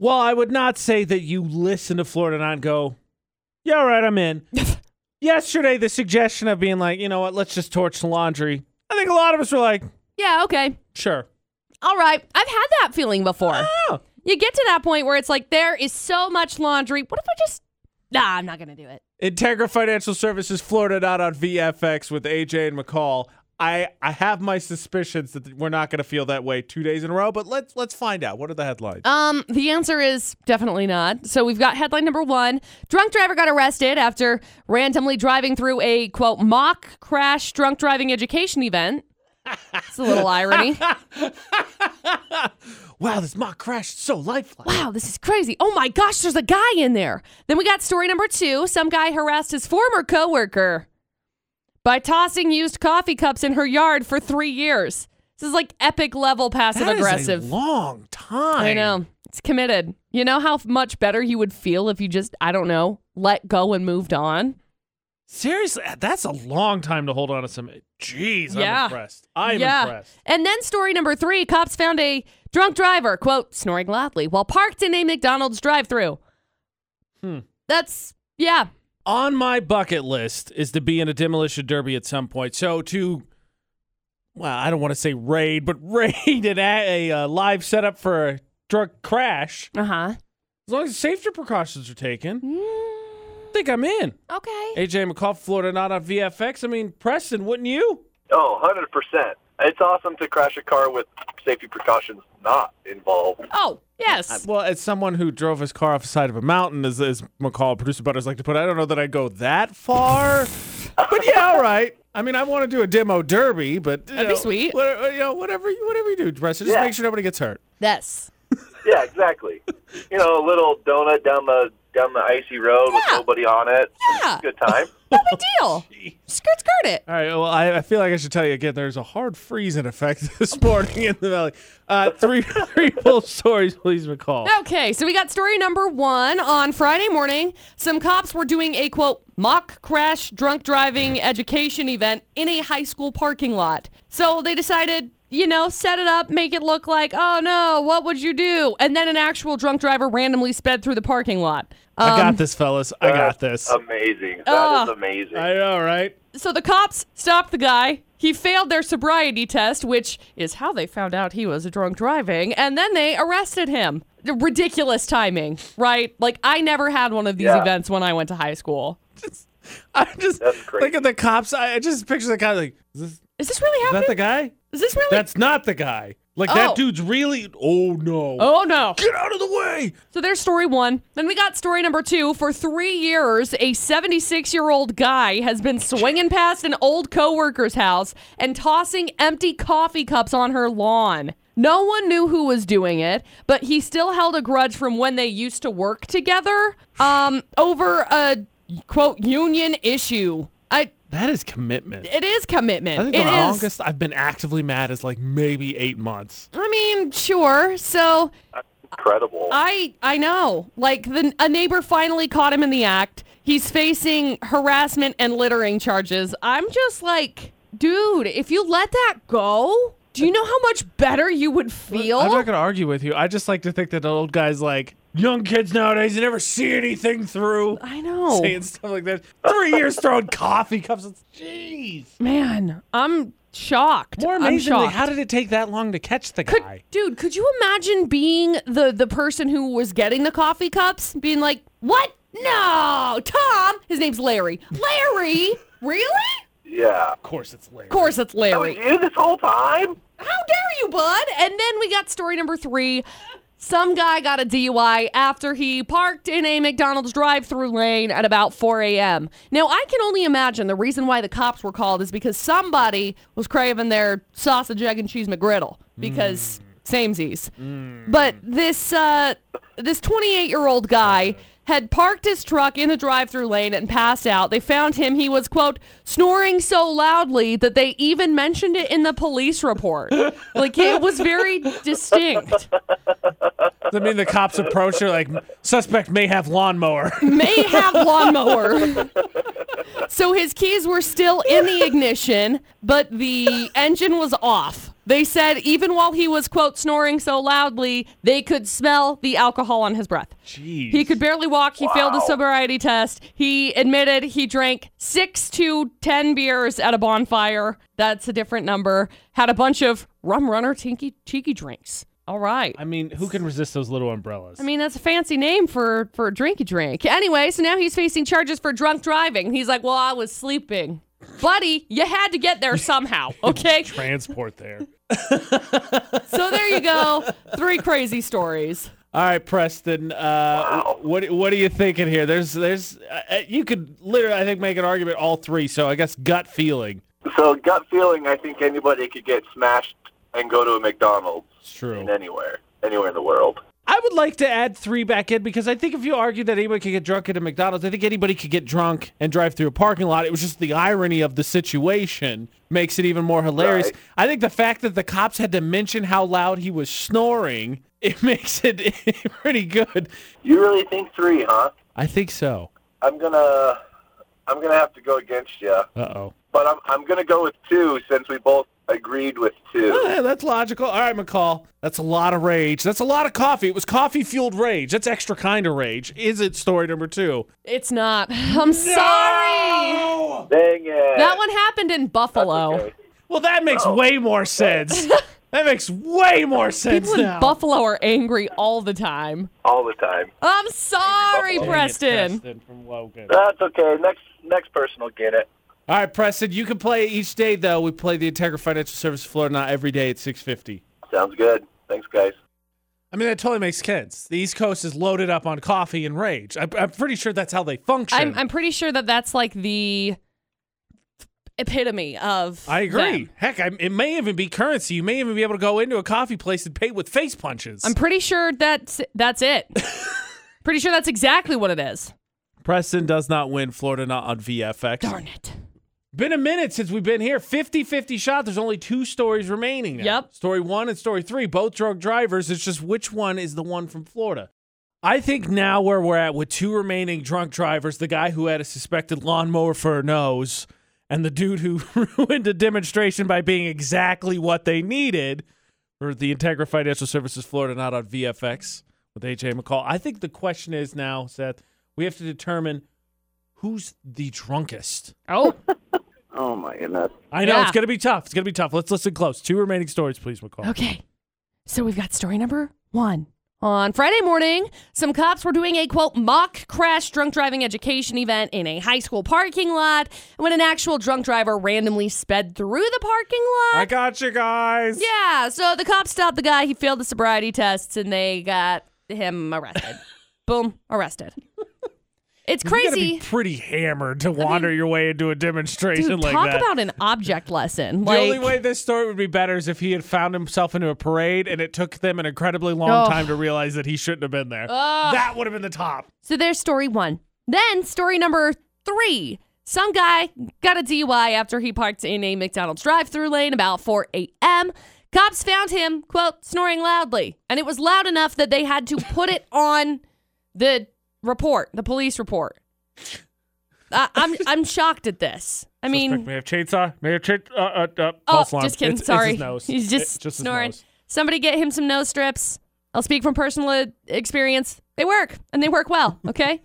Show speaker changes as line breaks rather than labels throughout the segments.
Well, I would not say that you listen to Florida Nine go, yeah, all right, I'm in. Yesterday, the suggestion of being like, you know what, let's just torch the laundry. I think a lot of us were like,
Yeah, okay.
sure.
All right. I've had that feeling before.
Oh,
You get to that point where it's like, there is so much laundry. What if I just. Nah, I'm not going to do it.
Integra Financial Services, Florida, not on VFX with AJ and McCall. I, I have my suspicions that we're not going to feel that way two days in a row, but let's let's find out. What are the headlines?
Um, the answer is definitely not. So we've got headline number one: drunk driver got arrested after randomly driving through a quote mock crash drunk driving education event. It's a little irony.
wow, this mock crash is so lifelike.
Wow, this is crazy. Oh my gosh, there's a guy in there. Then we got story number two: some guy harassed his former coworker by tossing used coffee cups in her yard for three years. This is like epic level passive
That is a
aggressive.
long time.
I know. It's committed. You know how much better you would feel if you just, I don't know, let go and moved on?
Seriously, that's a long time to hold on to some. Jeez, I'm
Yeah.
impressed. I'm impressed.
And then story number three cops found a drunk driver, quote, snoring loudly while parked in a McDonald's drive through.
Hmm.
That's, yeah.
On my bucket list is to be in a demolition derby at some point. So to, well, I don't want to say raid, but raid an, a, a uh, live setup for a drug crash.
Uh huh.
As long as safety precautions are
Mm.
taken, I think I'm in.
okay.
AJ McCall, Florida, not on VFX. I mean, Preston, wouldn't you?
Oh, 100%. It's awesome to crash a car with safety precautions not involved.
oh, yes.
Well, as someone who drove his car off the side of a mountain, as, as McCall, producer butters like to put, it, I don't know that I'd go that far. but yeah, all right. I mean, I want to do a demo derby, but you
That'd be
know,
sweet.
what- uh, you know, whatever, you- whatever you do, Preston, just
Yeah.
make sure nobody gets hurt.
Yes.
Yeah, exactly. you know, a little donut down the down the icy road with
Yeah.
nobody on it.
Yeah.
Good time.
No big deal. Skirt, skirt it.
All right. Well, I, I feel like I should tell you again. There's a hard freeze in effect this morning in the valley. Uh, three, three full stories, please, McCall.
Okay, so we got story number one on Friday morning. Some cops were doing a quote mock crash drunk driving education event in a high school parking lot. So they decided, you know, set it up, make it look like, oh no, what would you do? And then an actual drunk driver randomly sped through the parking lot.
I
um,
got this, fellas. I got this.
Amazing. That is
Oh.
amazing.
I know, right?
So the cops stopped the guy. He failed their sobriety test, which is how they found out he was drunk driving, and then they arrested him. The Ridiculous timing, right? Like I never had one of these
Yeah.
events when I went to high school.
I just
That's crazy.
look at the cops. I, I just picture the guy like, is, this,
Is this really
is that
happening?
the guy?
Is this really?
That's not the guy. Like that
Oh.
dude's really. Oh no!
oh no.
Get out of the way!
So there's story one. Then we got story number two. For three years, a 76 year old guy has been swinging past an old coworker's house and tossing empty coffee cups on her lawn. No one knew who was doing it, but he still held a grudge from when they used to work together um, over a quote union issue. I
That is commitment.
it is commitment.
I think
It
the
is-
longest I've been actively mad is like maybe eight months.
I mean, sure. So
Incredible.
I I know. Like the a neighbor finally caught him in the act. He's facing harassment and littering charges. I'm just like, dude, if you let that go, do you know how much better you would feel?
I'm not gonna argue with you. I just like to think that the old guys like young kids nowadays they never see anything through.
I know.
Saying stuff like that. Three years throwing coffee cups. It's- Jeez.
Man, I'm shocked.
More
I'm
amazingly,
shocked.
how did it take that long to catch the
Could-
guy?
dude, could you imagine being the the person who was getting the coffee cups, being like, "What? No, Tom. His name's Larry. Larry, really?
yeah.
Of course, it's Larry.
Of course, it's
That was
Larry.
you this whole time?
How dare you, bud? And then we got story number three. Some guy got a DUI after he parked in a McDonald's drive through lane at about 4 a.m. Now, I can only imagine the reason why the cops were called is because somebody was craving their sausage, egg, and cheese McGriddle because samesies. But this uh, this 28 year old guy had parked his truck in the drive through lane and passed out. They found him. He was, quote, snoring so loudly that they even mentioned it in the police report. like, it was very distinct.
I mean, the cops approach her like suspect may have lawnmower.
May have lawnmower. so his keys were still in the ignition, but the engine was off. They said even while he was, quote, snoring so loudly, they could smell the alcohol on his breath.
Jeez.
He could barely walk. He failed the
Wow.
sobriety test. He admitted he drank six to 10 beers at a bonfire. That's a different number. Had a bunch of rum runner tinky, cheeky drinks. All right.
I mean, who can resist those little umbrellas?
I mean, that's a fancy name for, for a drinky drink. Anyway, so now he's facing charges for drunk driving. He's like, well, I was sleeping. Buddy, you had to get there somehow, okay?
transport there.
so there you go. Three crazy stories.
All right, Preston. Uh, What what are you thinking here? There's there's uh, uh, you could literally I think make an argument all three. So I guess gut feeling.
So gut feeling, I think anybody could get smashed and go to a McDonald's
It's true.
in anywhere, anywhere in the world.
I would like to add three back in because I think if you argue that anybody could get drunk at a McDonald's, I think anybody could get drunk and drive through a parking lot. It was just the irony of the situation makes it even more hilarious.
Right.
I think the fact that the cops had to mention how loud he was snoring, it makes it pretty good.
You really think three, huh?
I think so.
I'm gonna, I'm gonna have to go against you,
Uh oh.
but I'm, I'm gonna go with two since we both agreed with two.
Yeah, that's logical. All right, McCall. That's a lot of rage. That's a lot of coffee. It was coffee fueled rage. That's extra kind of rage. Is it story number two?
It's not. I'm sorry.
No!
Dang it!
That one happened in Buffalo.
Okay.
Well, that makes way more sense. that makes way more sense
People in
now.
Buffalo are angry all the time.
All the time.
I'm sorry,
Oh,
Dang it,
Preston.
from Logan. All
That's okay. Next, next person will get it.
right, Preston. You can play each day though. We play the Integra Financial Service floor not every day at six fifty.
Sounds good. Thanks, guys.
I mean, that totally makes sense. The East Coast is loaded up on coffee and rage. I, I'm pretty sure that's how they function.
I'm, I'm pretty sure that that's like the epitome of.
I agree.
them.
Heck, I, it may even be currency. You may even be able to go into a coffee place and pay with face punches.
I'm pretty sure that's that's it. pretty sure that's exactly what it is.
Preston does not win Florida not on VFX.
Darn it.
Been a minute since we've been here. 50 50 shot. There's only two stories remaining now.
Yep.
Story one and story three, both drunk drivers. It's just which one is the one from Florida? I think now where we're at with two remaining drunk drivers, the guy who had a suspected lawnmower for a nose and the dude who ruined a demonstration by being exactly what they needed for the Integra Financial Services Florida not on VFX with AJ McCall. I think the question is now, Seth, we have to determine who's the drunkest.
Oh,
Oh my goodness.
I know
Yeah.
it's gonna be tough. It's gonna be tough. Let's listen close. Two remaining stories, please, McCall.
Okay. So we've got story number one. On Friday morning, some cops were doing a quote mock crash drunk driving education event in a high school parking lot when an actual drunk driver randomly sped through the parking lot.
I got you guys.
yeah, so the cops stopped the guy. He failed the sobriety tests and they got him arrested. Boom, arrested. It's
You gotta
crazy.
be pretty hammered to wander your way into a demonstration
Dude,
like
talk
that.
about an object lesson.
the
like,
only way this story would be better is if he had found himself into a parade and it took them an incredibly long
Ugh.
time to realize that he shouldn't have been there. That would have been the top.
So there's story one. Then story number three. Some guy got a DUI after he parked in a McDonald's drive through lane about 4 a.m. Cops found him, quote, snoring loudly. And it was loud enough that they had to put it on the report, the police report. I I'm, I'm shocked at this. I
Suspect
mean,
may have chainsaw. May have chain. Uh, uh, uh,
oh,
false alarm.
just kidding.
It's- it's
Sorry.
his nose.
He's
It-
just,
his
snoring.
nose.
Somebody get him some nose strips. I'll speak from personal uh, experience. They work, and they work well, okay?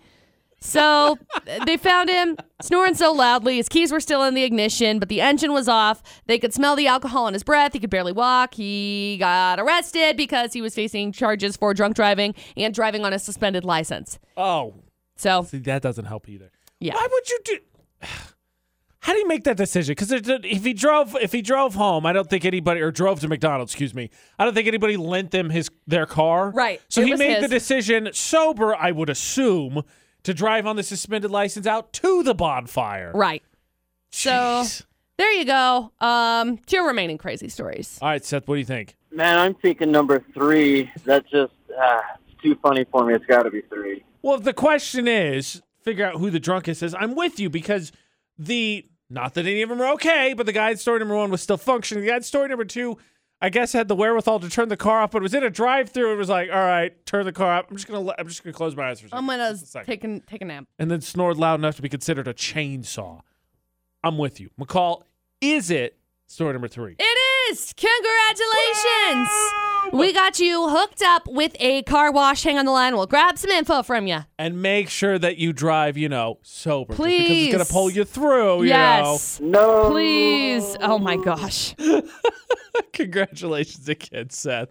So they found him snoring so loudly. His keys were still in the ignition, but the engine was off. They could smell the alcohol in his breath. He could barely walk. He got arrested because he was facing charges for drunk driving and driving on a suspended license.
Oh,
So,
See, that doesn't help either.
Yeah.
Why would you do? How do you make that decision? Because if he drove, if he drove home, I don't think anybody or drove to McDonald's. Excuse me. I don't think anybody lent them his their car.
Right.
So
It
he
was
made the
his.
decision sober. I would assume to drive on the suspended license out to the bonfire.
right. So
Jeez.
there you go. Um, two remaining crazy stories.
All right, Seth. What do you think?
Man, I'm thinking number three. That's just uh, it's too funny for me. It's got to be three.
Well, the question is, figure out who the drunkest is. I'm with you because the not that any of them are okay, but the guy in story number one was still functioning. The guy in story number two, I guess, had the wherewithal to turn the car off, but it was in a drive-through and was like, "All right, turn the car up. I'm just gonna let- I'm just gonna close my eyes for a 2nd
I'm going
Just a
to
second."
take a, take a nap.
and then snored loud enough to be considered a chainsaw. I'm with you, McCall. Is it story number three?
It list. Congratulations. We got you hooked up with a car wash. Hang on the line. We'll grab some info from you.
And make sure that you drive, you know, sober. just Because it's going
Please.
to pull you through,
Yes.
No.
Please. Oh my gosh.
you know. Congratulations again, Seth.